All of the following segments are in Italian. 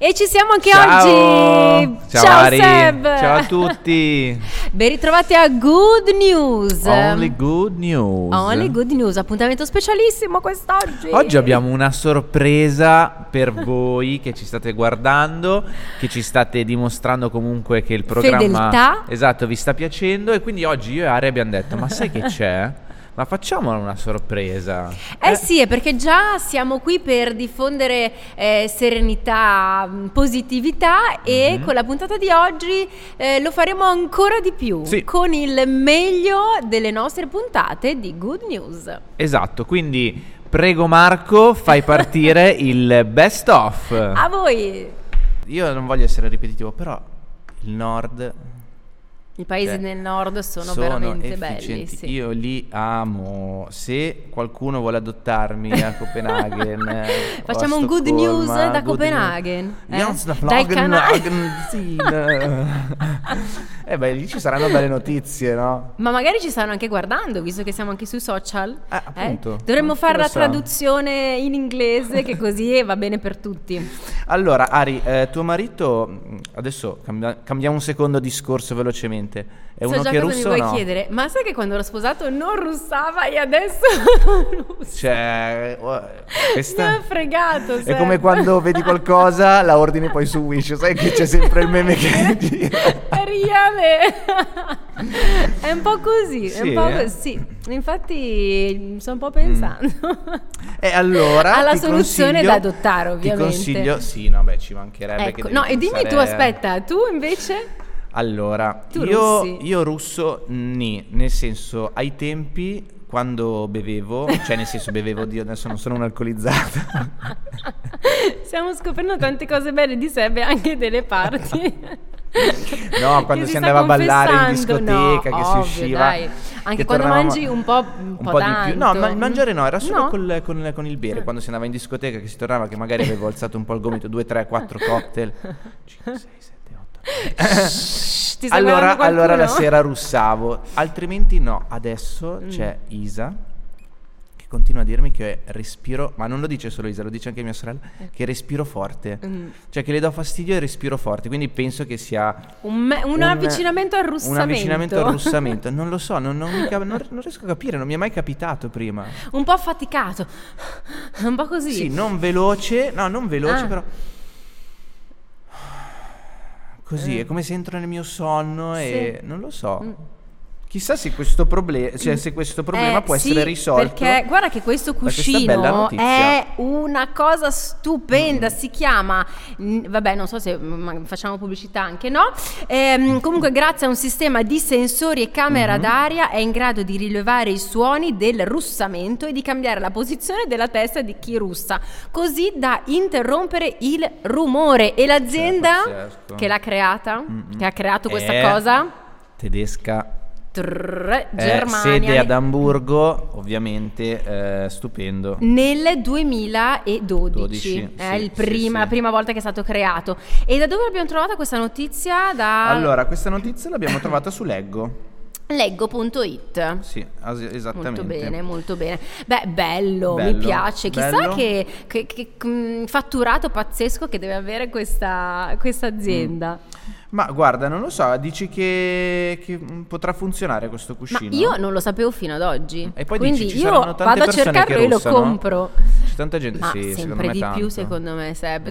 E ci siamo anche Ciao. oggi. Ciao, Ari. Seb. Ciao a tutti. Ben ritrovati a Good News. Only good news. Only Good News, appuntamento specialissimo quest'oggi. Oggi abbiamo una sorpresa per voi che ci state guardando, che ci state dimostrando comunque che il programma Fedeltà. esatto vi sta piacendo e quindi oggi io e Ari abbiamo detto "Ma sai che c'è? Ma facciamola una sorpresa". Eh sì, è perché già siamo qui per diffondere eh, serenità, mh, positività e Mhm. con la puntata di oggi eh, lo faremo ancora di più Sì. con il meglio delle nostre puntate di Good News. Esatto, quindi prego Marco, fai partire il best of. A voi, Io non voglio essere ripetitivo, però il nord i paesi Cioè, del nord sono, veramente belli. efficienti. sì. Io li amo. Se qualcuno vuole adottarmi a Copenaghen, eh, o Facciamo a un good Stoccolma, news da good Copenaghen, news. eh? Jans da Dai canali. E Eh, beh, lì ci saranno belle notizie, no? Ma magari ci stanno anche guardando, visto che siamo anche sui social. Eh? Ah, appunto. Dovremmo Chi fare lo la sa? traduzione in inglese, che così va bene per tutti. Allora, Ari, eh, tuo marito mh, adesso cambia- cambiamo un secondo discorso velocemente. È so uno già che è cosa mi russo o vuoi no? chiedere, ma sai che quando ero sposato non russava e adesso russa? Cioè, oh, questa Mi ha fregato, È Seb. come quando vedi qualcosa, la ordini poi su Wish, sai che c'è sempre il meme che È reale. è un po' così, è un Sì, po' eh? così. Infatti mm, sto un po' pensando. Mm. E allora Alla ti soluzione consiglio- da adottare, ovviamente. Ti consiglio Sì, no, Eh, beh, ci mancherebbe che ecco, devi no, e dimmi tu, pensare- eh. aspetta, tu invece Allora, Tu io, russi. io russo ni, nel senso ai tempi quando bevevo, cioè nel senso bevevo, Dio, adesso non sono un alcolizzato. Stiamo scoprendo tante cose belle di sé e anche delle parti. No, Che quando si si sta andava a ballare in confessando. No, discoteca, che si ovvio, usciva. dai. Anche che quando tornavamo- mangi un po', un po' di più. No, tanto. ma- mangiare no, era solo No? Eh. Col, con, con il bere. Quando si andava in discoteca, che si tornava, che magari avevo alzato un po' il gomito, 2, 3, 4 cocktail. 5, 6, 7, 8. Shh, ti sta Allora, guardando allora la qualcuno? sera russavo, altrimenti no. Mm. Adesso c'è Isa che continua a dirmi che respiro, ma non lo dice solo Isa, lo dice anche mia sorella, che respiro forte. Eh. Mm. Cioè che le do fastidio e respiro forte, quindi penso che sia Un, me- un avvicinamento al russamento. Un avvicinamento al russamento. Non lo so, non, non mi cap- non- non riesco a capire, non mi è mai capitato prima. un po' affaticato. Un po' così. Sì, non veloce, no, non veloce, Ah. però. Così, è come se entro nel mio sonno e Eh. Sì. non lo so. Mm. Chissà se questo, proble- cioè, se questo problema Eh, può sì, essere risolto. Perché guarda che questo da questa bella cuscino notizia. è una cosa stupenda. Si chiama, mm, vabbè, non so se mm, ma facciamo pubblicità anche no. Ehm, comunque, grazie a un sistema di sensori e camera Mhm. d'aria, è in grado di rilevare i suoni del russamento e di cambiare la posizione della testa di chi russa, così da interrompere il rumore. E l'azienda pazzesco. che l'ha creata, Mm-mm. che ha creato questa È cosa. Tedesca. trrr, eh, Germania sede ne- ad Amburgo, ovviamente eh, stupendo. Nel 2012, 12, è sì, eh, il sì, prima- sì. prima volta che è stato creato. E da dove l'abbiamo trovata questa notizia? Da Allora, questa notizia l'abbiamo trovata su Leggo. leggo.it. Sì, as- esattamente. Molto bene, molto bene. Beh, bello, mi Bello, piace. Chissà bello. che, che- che, mm, fatturato pazzesco che deve avere questa, questa azienda. Mm, Ma guarda, non lo so, dici che, che, mm, potrà funzionare questo Ma cuscino? io non lo sapevo fino ad oggi. E poi Quindi dici, ci io saranno tante vado a persone cercarlo che e lo russano? compro. C'è tanta gente, Ma sì, secondo sempre me di più, tanto. Mm. secondo me, Seb.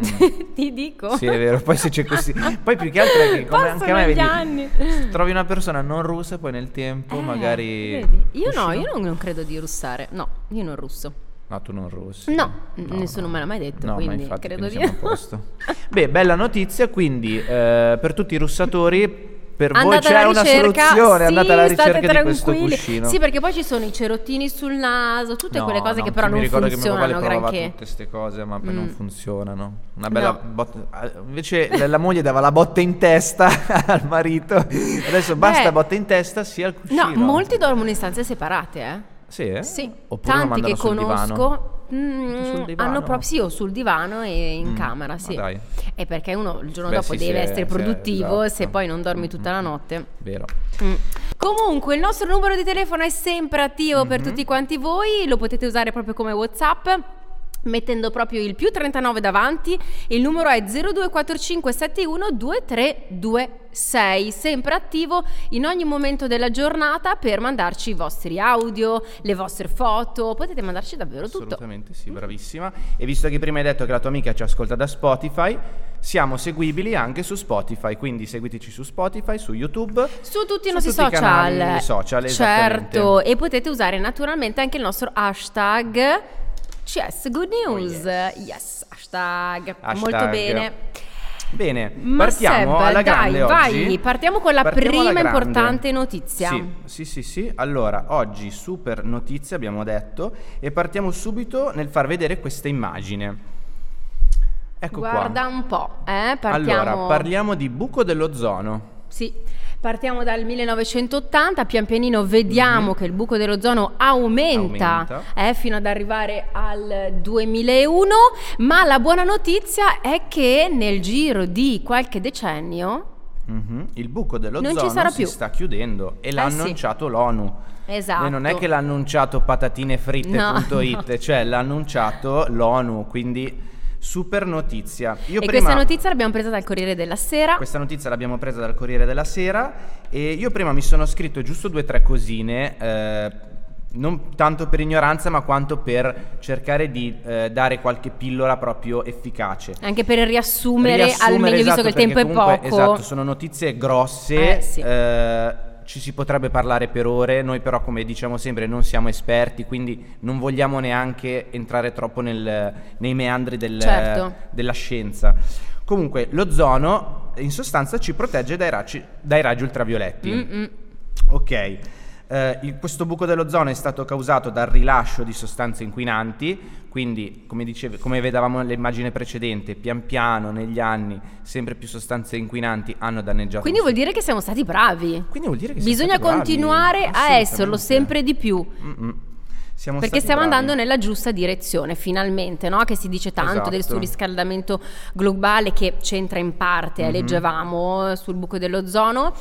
Ti dico. Sì, è vero, poi se c'è così... Poi più che altro è che come anche Passano a me, gli vedi, anni. trovi una persona non russa e poi nel tempo Eh, magari... vedi? Io no, cuscino? io non, non credo di russare. No, io non russo. No, tu non russi. No, nessuno me l'ha mai detto, No, quindi ma infatti, credo quindi di- siamo a posto. Beh, bella notizia, quindi eh, per tutti i russatori, per voi Andate c'è alla una ricerca, soluzione, sì, andate alla state ricerca di questo tranquilli. cuscino. Sì, perché poi ci sono i cerottini sul naso, tutte No, quelle cose no, che però mi non ricordo che funzionano mio papà le provava granché. tutte queste cose, ma poi Mm. non funzionano. Una bella No. botta- ah, Invece la- la moglie dava la botta in testa al marito. Adesso basta Beh. botta in testa sia al cuscino. No, molti dormono in stanze separate, eh. Sì, eh? Sì, Oppure lo tanti mandano che sul divano. conosco mm, Sul divano? hanno proprio sì, o sul divano e in Mm, camera, sì. Ma dai. E perché uno il giorno Beh, dopo sì, deve se- essere se- produttivo esatto. se poi non dormi Mm, tutta mm, la mm. notte. Vero. Mm. Comunque il nostro numero Mm-hmm. di telefono è sempre attivo per tutti quanti voi, lo potete usare proprio come WhatsApp. mettendo proprio il più 39 davanti. Il numero è 0245712326, sempre attivo in ogni momento della giornata per mandarci i vostri audio, le vostre foto, potete mandarci davvero tutto. Assolutamente sì, bravissima. Mm-hmm. E visto che prima hai detto che la tua amica ci ascolta da Spotify, siamo seguibili anche su Spotify, quindi seguiteci su Spotify, su YouTube. Su tutti i Su nostri tutti i social. canali social, certo, esattamente. e potete usare naturalmente anche il nostro hashtag CS Good News. Oh, yes. yes. hashtag. Hashtag. Ecco Molto bene. Bene, Ma partiamo Seb, alla dai, grande vai, oggi. partiamo con la alla prima grande. importante notizia. Sì, sì, sì, sì. Allora, oggi super notizie abbiamo detto e partiamo subito nel far vedere questa immagine. Ecco Guarda qua. un po', eh? partiamo. Allora, parliamo di buco dell'ozono. Sì, partiamo dal 1980, pian pianino vediamo che il buco dell'ozono aumenta, Mhm. Aumenta. eh, fino ad arrivare al 2001, ma la buona notizia è che nel giro di qualche decennio, Mhm. Il buco dell'ozono Non ci sarà si più. Eh sta chiudendo e l'ha sì. annunciato l'ONU. esatto, E non è che l'ha annunciato patatinefritte.it, cioè l'ha annunciato l'ONU, quindi super notizia. Io e prima- questa notizia l'abbiamo presa dal Corriere della Sera, questa notizia l'abbiamo presa dal Corriere della Sera e io prima mi sono scritto giusto due o tre cosine, eh, non tanto per ignoranza ma quanto per cercare di eh, dare qualche pillola proprio efficace. anche per riassumere, al meglio, esatto, visto che il perché tempo è comunque, poco. Esatto, sono notizie grosse. Eh, sì. eh, ci si potrebbe parlare per ore, noi però come diciamo sempre non siamo esperti, quindi non vogliamo neanche entrare troppo nel- nei meandri del- Certo. della scienza. Comunque l'ozono in sostanza ci protegge dai raggi, dai raggi ultravioletti. Mm-mm. Ok. Eh, il- questo buco dell'ozono è stato causato dal rilascio di sostanze inquinanti, quindi come, dicevi- come vedevamo nell'immagine precedente, pian piano negli anni sempre più sostanze inquinanti hanno danneggiato. Quindi lo vuol dire che siamo stati bravi. sto- Quindi vuol dire che siamo Bisogna stati bravi, continuare a assolutamente. esserlo sempre di più. Mm-mm. Siamo Perché stati stiamo bravi. andando nella giusta direzione, finalmente, no? che si dice tanto del Esatto. surriscaldamento globale che c'entra in parte, eh, Mhm. leggevamo eh, sul buco dell'ozono,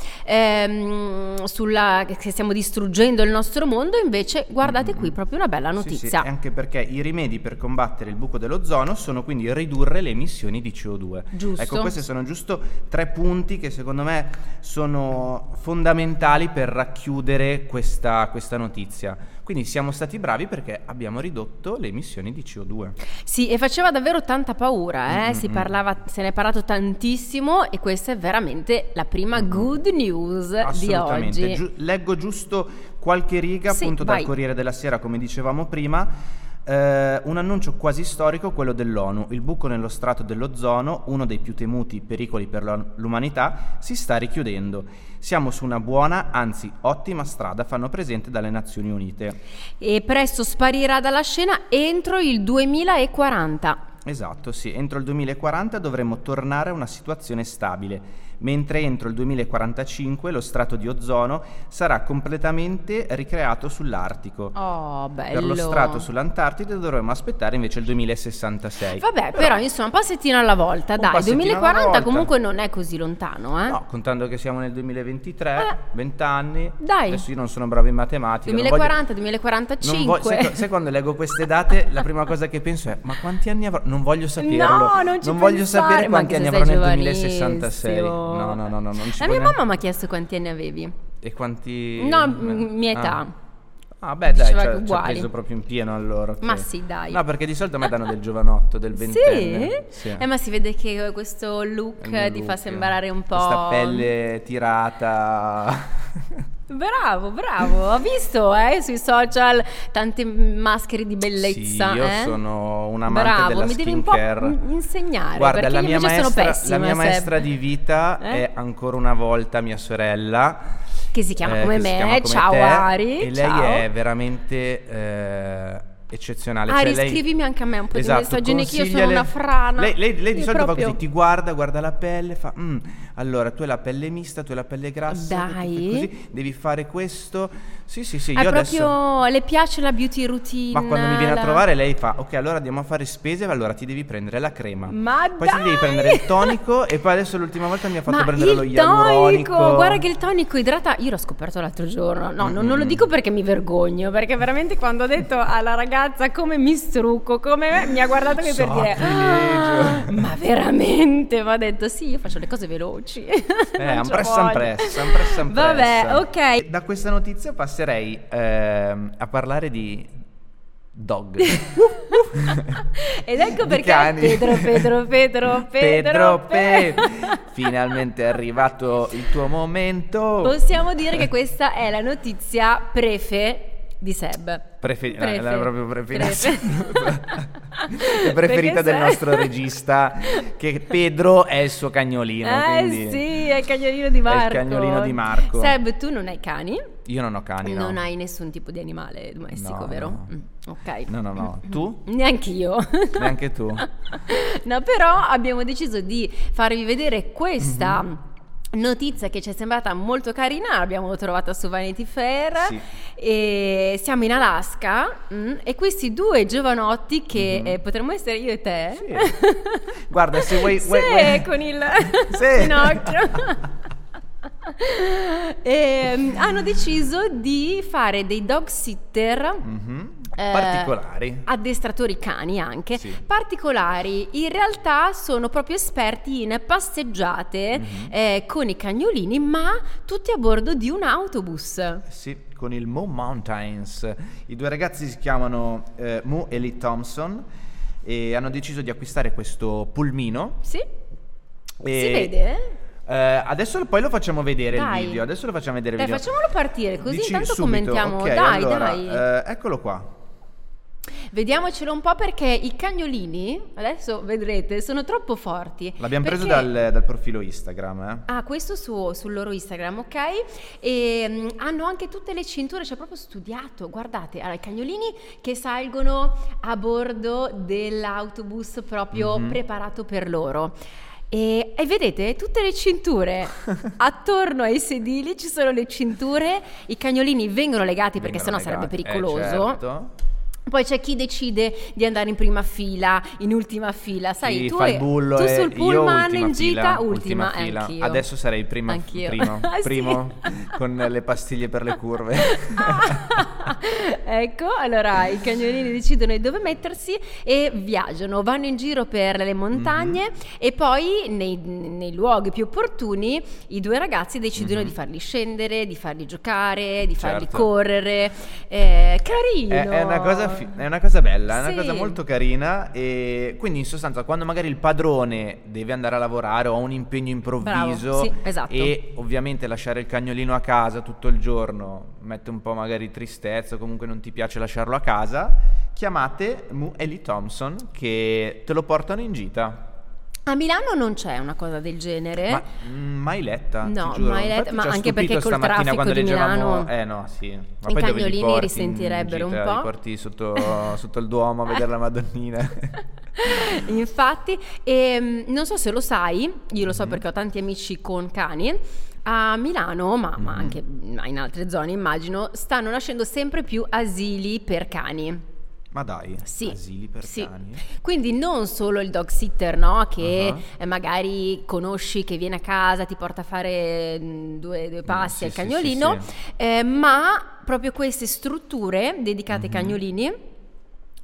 ehm, sulla- che stiamo distruggendo il nostro mondo, invece guardate qui proprio una bella Mhm. Sì, sì, notizia. anche perché i rimedi per combattere il buco dell'ozono sono quindi ridurre le emissioni di CO2. Giusto. Ecco, questi sono giusto tre punti che secondo me sono fondamentali per racchiudere questa, questa notizia. Quindi siamo stati bravi perché abbiamo ridotto le emissioni di CO2. Sì, e faceva davvero tanta paura, eh? si Mm, mm, parlava, se ne è parlato tantissimo e questa è veramente la prima good news di Mm, Assolutamente. oggi. Giu- leggo giusto qualche riga Sì, appunto dal vai. Corriere della Sera, come dicevamo prima. Eh, un annuncio quasi storico, quello dell'ONU. Il buco nello strato dell'ozono, uno dei più temuti pericoli per la- l'umanità, si sta richiudendo. Siamo su una buona, anzi ottima strada, fanno presente dalle Nazioni Unite. e presto sparirà dalla scena entro il 2040. Esatto, sì, entro il 2040 dovremmo tornare a una situazione stabile, mentre entro il 2045 lo strato di ozono sarà completamente ricreato sull'Artico. Oh, bello. Per lo strato sull'Antartide dovremmo aspettare invece il 2066. Vabbè, però insomma, un passettino alla volta, Un dai, passettino alla 2040 volta. comunque non è così lontano, eh? No, contando che siamo nel 2023, Vabbè. 20 anni. Eh, Dai. Adesso io non sono bravo in matematica. non voglio- 2040, non 2045. voglio- sai, sai quando leggo queste date, la prima cosa che penso è: ma quanti anni avrò? Non voglio saperlo. No, non ci voglio pensare. sapere Ma quanti anni anche se avrò nel sei 2066. No, giovanissimo. no, no, no, non ci La voglio mia mamma neanche- mi ha chiesto quanti anni avevi. E quanti. No, m- mia età. Ah, Ah, beh, dai, Diceva che cioè, ci ho uguali. preso proprio in pieno allora. ok. Ma sì, dai. No, perché di solito a me danno del giovanotto, del ventenne. Sì? Eh, ma si vede che questo look Il mio eh, ti fa look. sembrare un po'... Questa pelle tirata. Bravo, bravo. Ho visto eh, sui social tante maschere di bellezza. Sì, io eh. sono un amante bravo, della mi devi un po' skincare. in- insegnare. Guarda, perché la io mia, invece maestra, sono pessima. la mia Seb. maestra di vita Eh? è ancora una volta mia sorella. Che si chiama eh, come che si me. chiama come Ciao te, Ari. E lei ciao. è veramente eh, eccezionale. Ari, cioè, lei- scrivimi anche a me un po' di esatto, messaggini che io sono consigliale- una frana. Lei, lei- lei di Io solito proprio- fa così, ti guarda, guarda la pelle, fa... "Mm, allora, tu hai la pelle mista, tu hai la pelle grassa, tu fai Dai. così, devi fare questo. Sì, sì, sì, È io proprio adesso... le piace la beauty routine. Ma quando mi viene la- a trovare lei fa Ok allora andiamo a fare spese ma Allora ti devi prendere la crema Ma Poi dai! ti devi prendere il tonico E poi adesso l'ultima volta mi ha fatto Ma prendere lo il ialuronico tonico, guarda che il tonico idrata. Io l'ho scoperto l'altro giorno. No, non, non lo Mm. dico perché mi vergogno, perché veramente quando ho detto alla ragazza come mi strucco, come mi ha guardato che per dire Sacrilegio. "Ah, ma veramente, ma ha detto sì, io faccio le cose veloci. Eh, Non un c'ho press, voglia. un press, un press, un Vabbè, press. ok. Da questa notizia passerei ehm, a parlare di dog. Ed ecco Di perché cani. Pedro, Pedro, Pedro, Pedro, Pedro, Pe- Pedro. Finalmente è arrivato il tuo momento. Possiamo dire che questa è la notizia prefe di Seb. Prefe- la- Prefe- la proprio preferita. Prefe. La Perché preferita del se- nostro regista, che Pedro è il suo cagnolino. Eh quindi- sì, è il cagnolino di È il Marco. cagnolino di Marco. Seb, tu non hai cani, Io non ho cani, no. non hai nessun tipo di animale domestico, No, vero? no. Mm, ok. No, no, no. Tu? Neanche io. Neanche tu. no, però abbiamo deciso di farvi vedere questa Mhm. notizia che ci è sembrata molto carina, l'abbiamo trovata su Vanity Fair Sì. e siamo in Alaska mm, e questi due giovanotti che Mhm. eh, potremmo essere io e te. Sì. Guarda, se vuoi- Sì, vuoi- vuoi- con il Sì. ginocchio. Ehm, hanno deciso di fare dei dog sitter Mhm. eh, Particolari. addestratori cani anche Sì. particolari in realtà sono proprio esperti in passeggiate Mhm. eh, con i cagnolini ma tutti a bordo di un autobus Eh, Sì, con il Moo Mountains. I due ragazzi si chiamano eh, Moo e Lee Thompson e hanno deciso di acquistare questo pulmino. sì si e- vede Eh, adesso poi lo facciamo vedere Dai. il video. Adesso lo facciamo vedere il dai video. facciamolo partire così Dici intanto subito, commentiamo ok, dai allora, dai eh, eccolo qua. vediamocelo un po' perché i cagnolini adesso vedrete sono troppo forti L'abbiamo preso Perché- dal, dal profilo Instagram. eh. Ah, questo su- sul loro Instagram, ok? E mm, hanno anche tutte le cinture, c'è proprio studiato. Guardate, allora, i cagnolini che salgono a bordo dell'autobus proprio Mhm. preparato per loro. E, e vedete tutte le cinture attorno ai sedili ci sono le cinture i cagnolini vengono legati perché Vengono sennò sarebbe legati. Eh, pericoloso certo. poi c'è chi decide di andare in prima fila, in ultima fila, sai, Chi tu, fa e- il bullo tu e sul io pullman ultima in fila, gita, ultima ultima, eh, fila. anch'io. Adesso sarei prima- Anch'io. primo, Ah, sì? primo con le pastiglie per le curve. Ah, ecco, allora i cagnolini decidono dove mettersi e viaggiano, vanno in giro per Mhm. le montagne e poi nei, nei luoghi più opportuni i due ragazzi decidono Mhm. di farli scendere, di farli giocare, di farli Certo. correre. Eh, carino! È, è una cosa fi- è una cosa bella, è una Sì. cosa molto carina. E quindi, in sostanza, quando magari il padrone deve andare a lavorare o ha un impegno improvviso Bravo, sì, esatto. e ovviamente lasciare il cagnolino a casa tutto il giorno mette un po' magari tristezza, o comunque non ti piace lasciarlo a casa, chiamate Mu e Lee Thompson che te lo portano in gita. A Milano non c'è una cosa del genere. Ma mh, Mm, mai letta? ti No, giuro. mai letta, Infatti ma ci ha anche perché stupito col stamattina traffico quando di leggevamo- Milano Eh no, sì. Ma i poi dove li cagnolini porti in risentirebbero gita? un po'. Li porti sotto, sotto il Duomo a vedere la Madonnina. Infatti, ehm, non so se lo sai, io lo so Mhm. perché ho tanti amici con cani. A Milano, ma, ma Mhm. anche in altre zone immagino, stanno nascendo sempre più asili per cani. ma dai, Sì, asili per sì. cani? Quindi non solo il dog sitter, no? Che Ah. eh, magari conosci, che viene a casa, ti porta a fare mh, due, due passi Mm, sì, al sì, cagnolino, sì, eh, ma proprio queste strutture dedicate ai Mhm. cagnolini.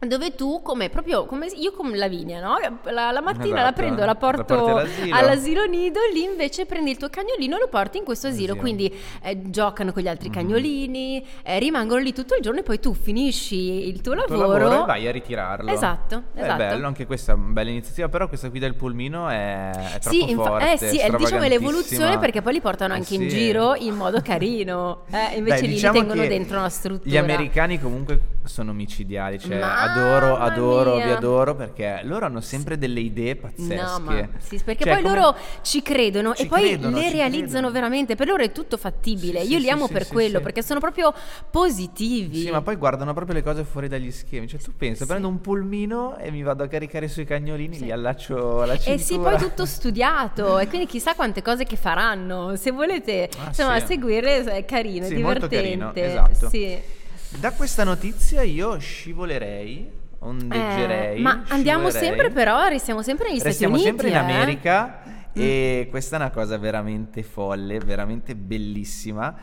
Dove tu, come proprio come io con Lavinia, no? La, la mattina la Esatto, prendo, la la porto porti all'asilo. all'asilo nido, lì invece prendi il tuo cagnolino e lo porti in questo asilo. Asilo. Quindi eh, giocano con gli altri Mhm. cagnolini, eh, rimangono lì tutto il giorno e poi tu finisci il tuo Il tuo lavoro, e vai a ritirarlo. Esatto, Eh, esatto. È bello, anche questa è una bella iniziativa, però questa qui del pulmino è, è troppo Sì, infa- forte, eh sì, è diciamo è l'evoluzione perché poi li portano Eh anche in sì. giro in modo carino. Eh, invece Dai, lì diciamo li tengono che dentro una struttura. Gli americani comunque sono micidiali, cioè Mamma adoro, adoro, vi mia. adoro perché loro hanno sempre delle idee pazzesche. No, ma sì, perché Cioè, poi come- loro ci credono Ci e poi credono, le ci realizzano credono. veramente. Per loro è tutto fattibile. Sì, Io sì, li amo sì, per sì, quello sì. perché sono proprio positivi. Sì, ma poi guardano proprio le cose fuori dagli schemi. Cioè, tu pensa, Sì. prendo un pulmino e mi vado a caricare sui cagnolini, Sì. li allaccio alla cintura. E sì, poi tutto studiato e quindi chissà quante cose che faranno. Se volete Ah, insomma, sì. seguirle è carino, Sì, è molto divertente. carino, esatto. Sì. Da questa notizia io scivolerei, ondeggerei. Eh, ma andiamo scivolerei. sempre però, restiamo sempre negli Restiamo Stati Uniti. sempre in eh. Mm. America e questa è una cosa veramente folle, veramente bellissima.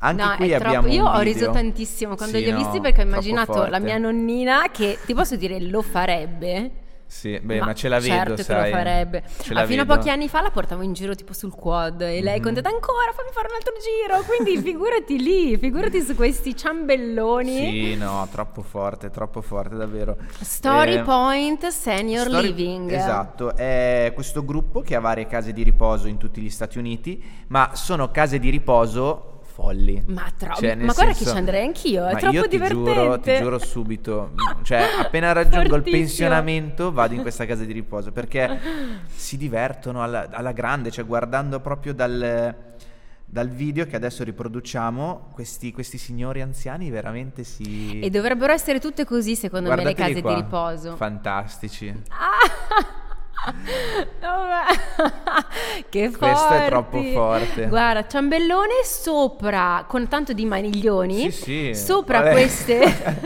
Anche no, qui è abbiamo troppo. Io un ho video. riso tantissimo quando Sì, li ho no, visti perché ho troppo immaginato forte. la mia nonnina che ti posso dire lo farebbe. Sì, beh, ma, ce la vedo, certo sai. che lo farebbe. Ce Ah, la fino a vedo. pochi anni fa la portavo in giro tipo sul quad e lei Mhm. contata ancora, fammi fare un altro giro. Quindi figurati lì, figurati su questi ciambelloni. Sì, Sì, no, troppo forte, troppo forte, davvero. Story Eh, Point Senior Story- Living. Esatto, è questo gruppo che ha varie case di riposo in tutti gli Stati Uniti, ma sono case di riposo folli. Ma, tro- Cioè, nel ma guarda che senso- ci andrei anch'io, è Ma troppo io ti divertente. Giuro, ti giuro subito, cioè appena raggiungo il Fortissimo. pensionamento vado in questa casa di riposo perché si divertono alla, alla grande, cioè guardando proprio dal, dal video che adesso riproduciamo, questi, questi signori anziani veramente si... E dovrebbero essere tutte così, secondo me, le Guardateli case qua, di riposo. Fantastici. Ah! Vabbè. che forti. Questo è troppo forte. Guarda, ciambellone sopra con tanto di maniglioni. Sì, sì. Sopra Vabbè. queste.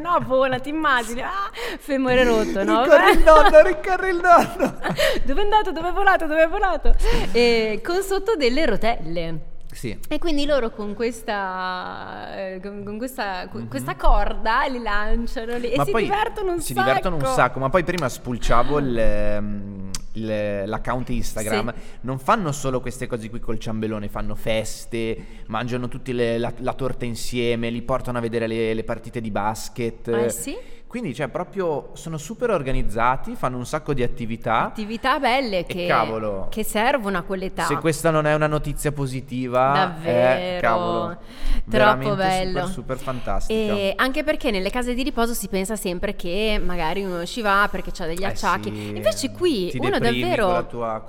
no, buona, ti immagini. Ah, femore rotto, no? Riccardo Vabbè. il nonno, Riccardo il nonno. Dove è andato? Dove è volato? Dove è volato? E con sotto delle rotelle. Sì. E quindi loro con questa, eh, con, con questa, Mhm. con questa corda li lanciano lì e si divertono un si sacco. divertono un sacco, ma poi prima spulciavo il, ehm, il- l'account Instagram. Non fanno solo queste cose qui col ciambellone, fanno feste, mangiano tutti le- la, la torta insieme, li portano a vedere le, le partite di basket. Eh sì, Quindi, cioè, proprio sono super organizzati, fanno un sacco di attività. attività belle che, cavolo. che servono a quell'età. Se questa non è una notizia positiva, Davvero, eh, cavolo, troppo veramente bello. super, super fantastica. E anche perché nelle case di riposo si pensa sempre che magari uno ci va perché ha degli Eh acciacchi. sì, Invece qui ti uno deprimi davvero con la tua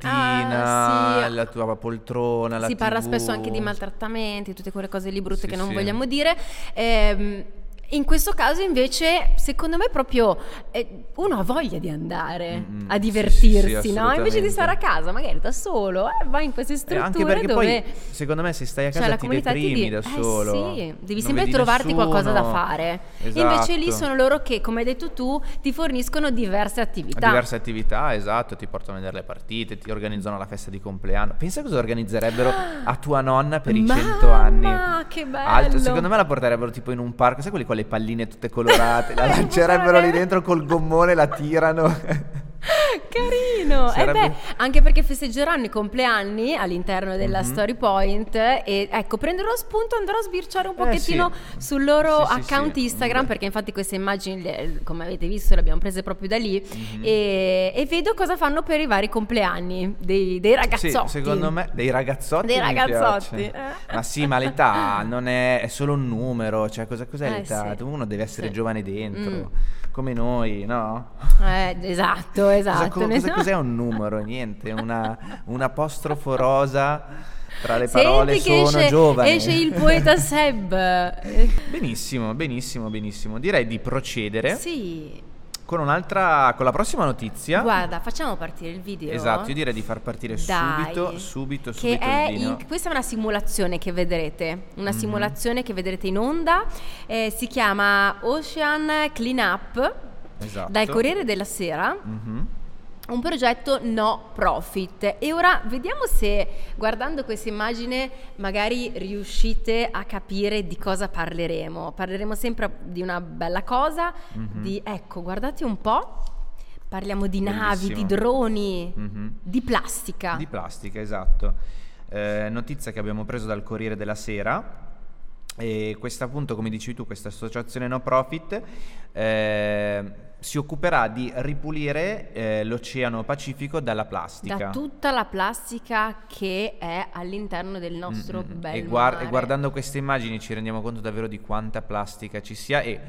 copertina, Ah, sì. la tua poltrona, la si parla TV. spesso anche di maltrattamenti, tutte quelle cose lì brutte Sì, che non sì. vogliamo dire. Ehm, in questo caso invece, secondo me proprio eh, uno ha voglia di andare Mm, mm, a sì, divertirsi, sì, sì, no? Invece di assolutamente. stare a casa, magari da solo, eh, vai in queste Eh, strutture anche perché dove poi, secondo me, se stai a Cioè, casa la ti comunità ti deprimi di- da eh, solo. sì, devi non sempre vedi trovarti nessuno. qualcosa da fare. Esatto. Invece lì sono loro che, come hai detto tu, ti forniscono diverse attività. diverse attività, esatto, ti portano a vedere le partite, ti organizzano la festa di compleanno. Pensa cosa organizzerebbero a tua nonna per i 100 anni. Ah! Mamma, che bello! Altro- secondo me la porterebbero tipo in un parco, sai quelli con le palline tutte colorate, la La lancerebbero buttano lì nel- dentro col gommone, la tirano. Carino! Sarebbe- Eh beh, anche perché festeggeranno i compleanni all'interno della Mhm. Story Point e ecco, prenderò spunto, andrò a sbirciare un Eh, pochettino sì. sul loro Sì, sì, account sì. Instagram Mm. perché infatti queste immagini, le- come avete visto, le abbiamo prese proprio da lì Mhm. e, e vedo cosa fanno per i vari compleanni dei, dei ragazzotti. Sì, secondo me dei ragazzotti. Dei mi ragazzotti, piace. eh. Ma sì, ma l'età non è, è solo un numero. Cioè, cosa, cos'è Eh, l'età? sì. Uno deve essere Sì. giovane dentro, Mm. come noi, no? Eh, esatto, Cosa- esatto. co- Ne cosa- so- cos'è un numero? Niente, una, un apostrofo rosa. Tra le Senti parole che sono esce, giovane. esce il poeta Seb. Eh, Benissimo, benissimo, benissimo. Direi di procedere Sì. con un'altra, con la prossima notizia. Guarda, facciamo partire il video. Esatto, io direi di far partire Dai. subito, subito, Che subito è il video. in- questa è una simulazione che vedrete, una Mhm. simulazione che vedrete in onda, eh, si chiama Ocean Cleanup Esatto. dal Corriere della Sera, Mhm. un progetto no profit. E ora vediamo se guardando questa immagine magari riuscite a capire di cosa parleremo. Parleremo sempre di una bella cosa, Mhm. di ecco, guardate un po', parliamo di navi, di Bellissimo. droni, Mhm. di plastica. Di plastica, esatto. Eh, notizia che abbiamo preso dal Corriere della Sera. E questa appunto, come dicevi tu, questa associazione no profit eh, si occuperà di ripulire eh, l'Oceano Pacifico dalla plastica. Da tutta la plastica che è all'interno del Mm, nostro mm, mm. bel e, guar- mare. e guardando queste immagini ci rendiamo conto davvero di quanta plastica ci sia e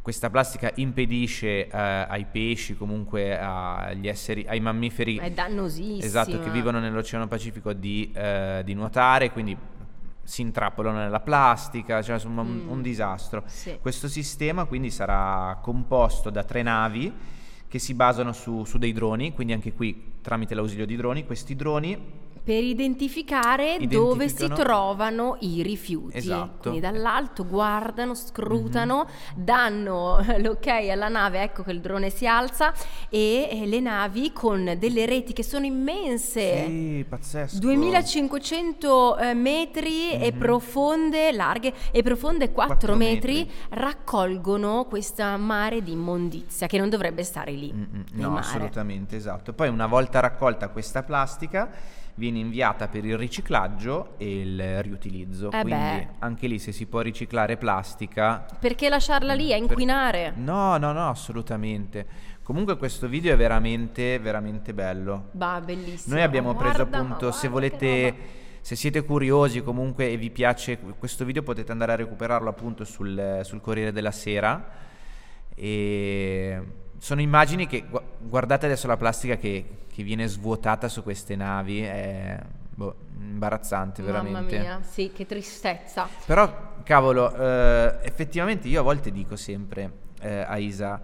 questa plastica impedisce eh, ai pesci, comunque agli esseri, ai mammiferi È dannosissima. Esatto, che vivono nell'Oceano Pacifico di, eh, di nuotare, quindi si intrappolano nella plastica, cioè insomma un, Mm. un disastro. Sì. Questo sistema quindi sarà composto da tre navi che che si basano su, su dei droni, quindi anche qui tramite l'ausilio di droni, questi droni per identificare dove si Identificano- trovano i rifiuti. Esatto. Mm-hmm. Quindi dall'alto guardano, scrutano, danno l'ok alla nave, ecco che il drone si alza e eh, le navi con delle reti che sono immense. Sì, pazzesco. 2500 eh, metri e Mhm. profonde, larghe e profonde 4, Quattro metri, metri. raccolgono questa mare di immondizia che non dovrebbe stare lì. Mm, mm, nel No, mare. assolutamente, esatto. Poi una volta raccolta questa plastica viene inviata per il riciclaggio e il riutilizzo. Eh Quindi beh. anche lì se si può riciclare plastica. Perché lasciarla lì a Per- inquinare? No, no, no, assolutamente. Comunque questo video è veramente, veramente bello. Bah, bellissimo. Noi abbiamo Ma preso guarda, ma appunto, se guarda che volete, roba. se siete curiosi comunque e vi piace questo video potete andare a recuperarlo appunto sul, sul Corriere della Sera. E sono immagini che, gu- guardate adesso la plastica che, che viene svuotata su queste navi, è boh, imbarazzante veramente. Mamma mia, sì, che tristezza. Però, cavolo, eh, effettivamente io a volte dico sempre eh, a Isa,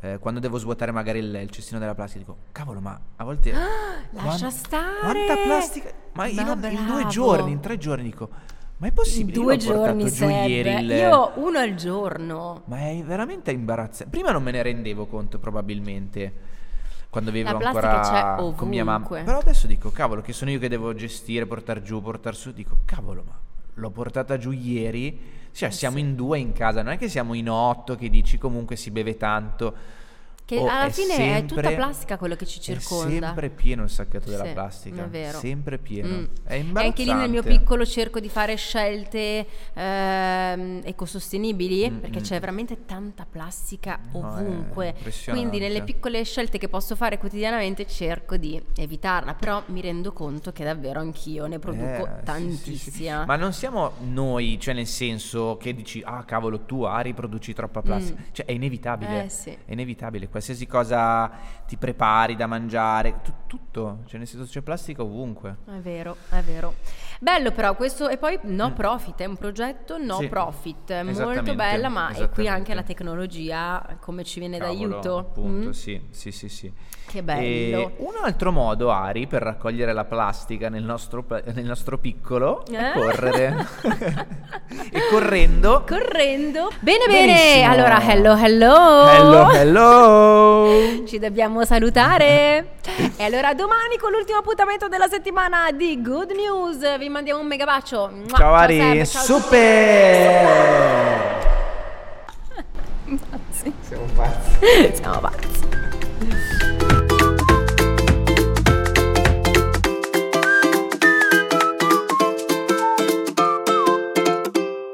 eh, quando devo svuotare magari il, il cestino della plastica, dico, cavolo, ma a volte... Ah, Lascia quan- stare! Quanta plastica! Ma, in, Ma un- in due bravo! giorni, in tre giorni, dico, ma è In possibile? Io due l'ho portato giorni giù Seb. ieri il- Io uno al giorno. Ma è veramente imbarazzante. Prima non me ne rendevo conto, probabilmente. Quando vivevo plastica ancora c'è con mia mamma. ovunque. Però adesso dico, cavolo, che sono io che devo gestire, portare giù, portare su. Dico, cavolo, ma l'ho portata giù ieri. Cioè, Eh siamo sì. in due in casa, non è che siamo in otto che dici comunque si beve tanto. Che Oh, alla fine è tutta sempre- plastica quello che ci È circonda. sempre pieno il sacchetto della Sì, plastica. è vero. Sempre pieno. Mm. È E imbarazzante. anche lì nel mio piccolo cerco di fare scelte ehm, ecosostenibili Mm, perché mm. c'è veramente tanta plastica No, è ovunque. impressionante. Quindi nelle piccole scelte che posso fare quotidianamente cerco di evitarla, però mi rendo conto che davvero anch'io ne produco Eh, sì, sì, sì. tantissima. Ma non siamo noi, cioè nel senso che dici, ah cavolo, tu ah, riproduci troppa plastica. Mm. Cioè è inevitabile. Eh, sì. È inevitabile. Qualsiasi cosa ti prepari da mangiare, tu- tutto. Cioè nel senso c'è plastica ovunque. È vero, è vero. Bello però questo e poi no profit, è un progetto no Mm. Sì, profit, molto esattamente, bella, ma è qui esattamente. anche la tecnologia come ci viene Cavolo, d'aiuto. Appunto, Mm? sì, sì, sì, sì. Che bello. E un altro modo, Ari, per raccogliere la plastica nel nostro, pa- nel nostro piccolo è Eh? correre. e correndo. Correndo. Bene, bene. Benissimo. Allora, hello, hello. Hello, hello. Ci dobbiamo salutare. e allora, a domani con l'ultimo appuntamento della settimana di Good News. Vi mandiamo un mega bacio. Mua. Ciao Seb, Ari, ciao super! Sì. Siamo pazzi. Ciao.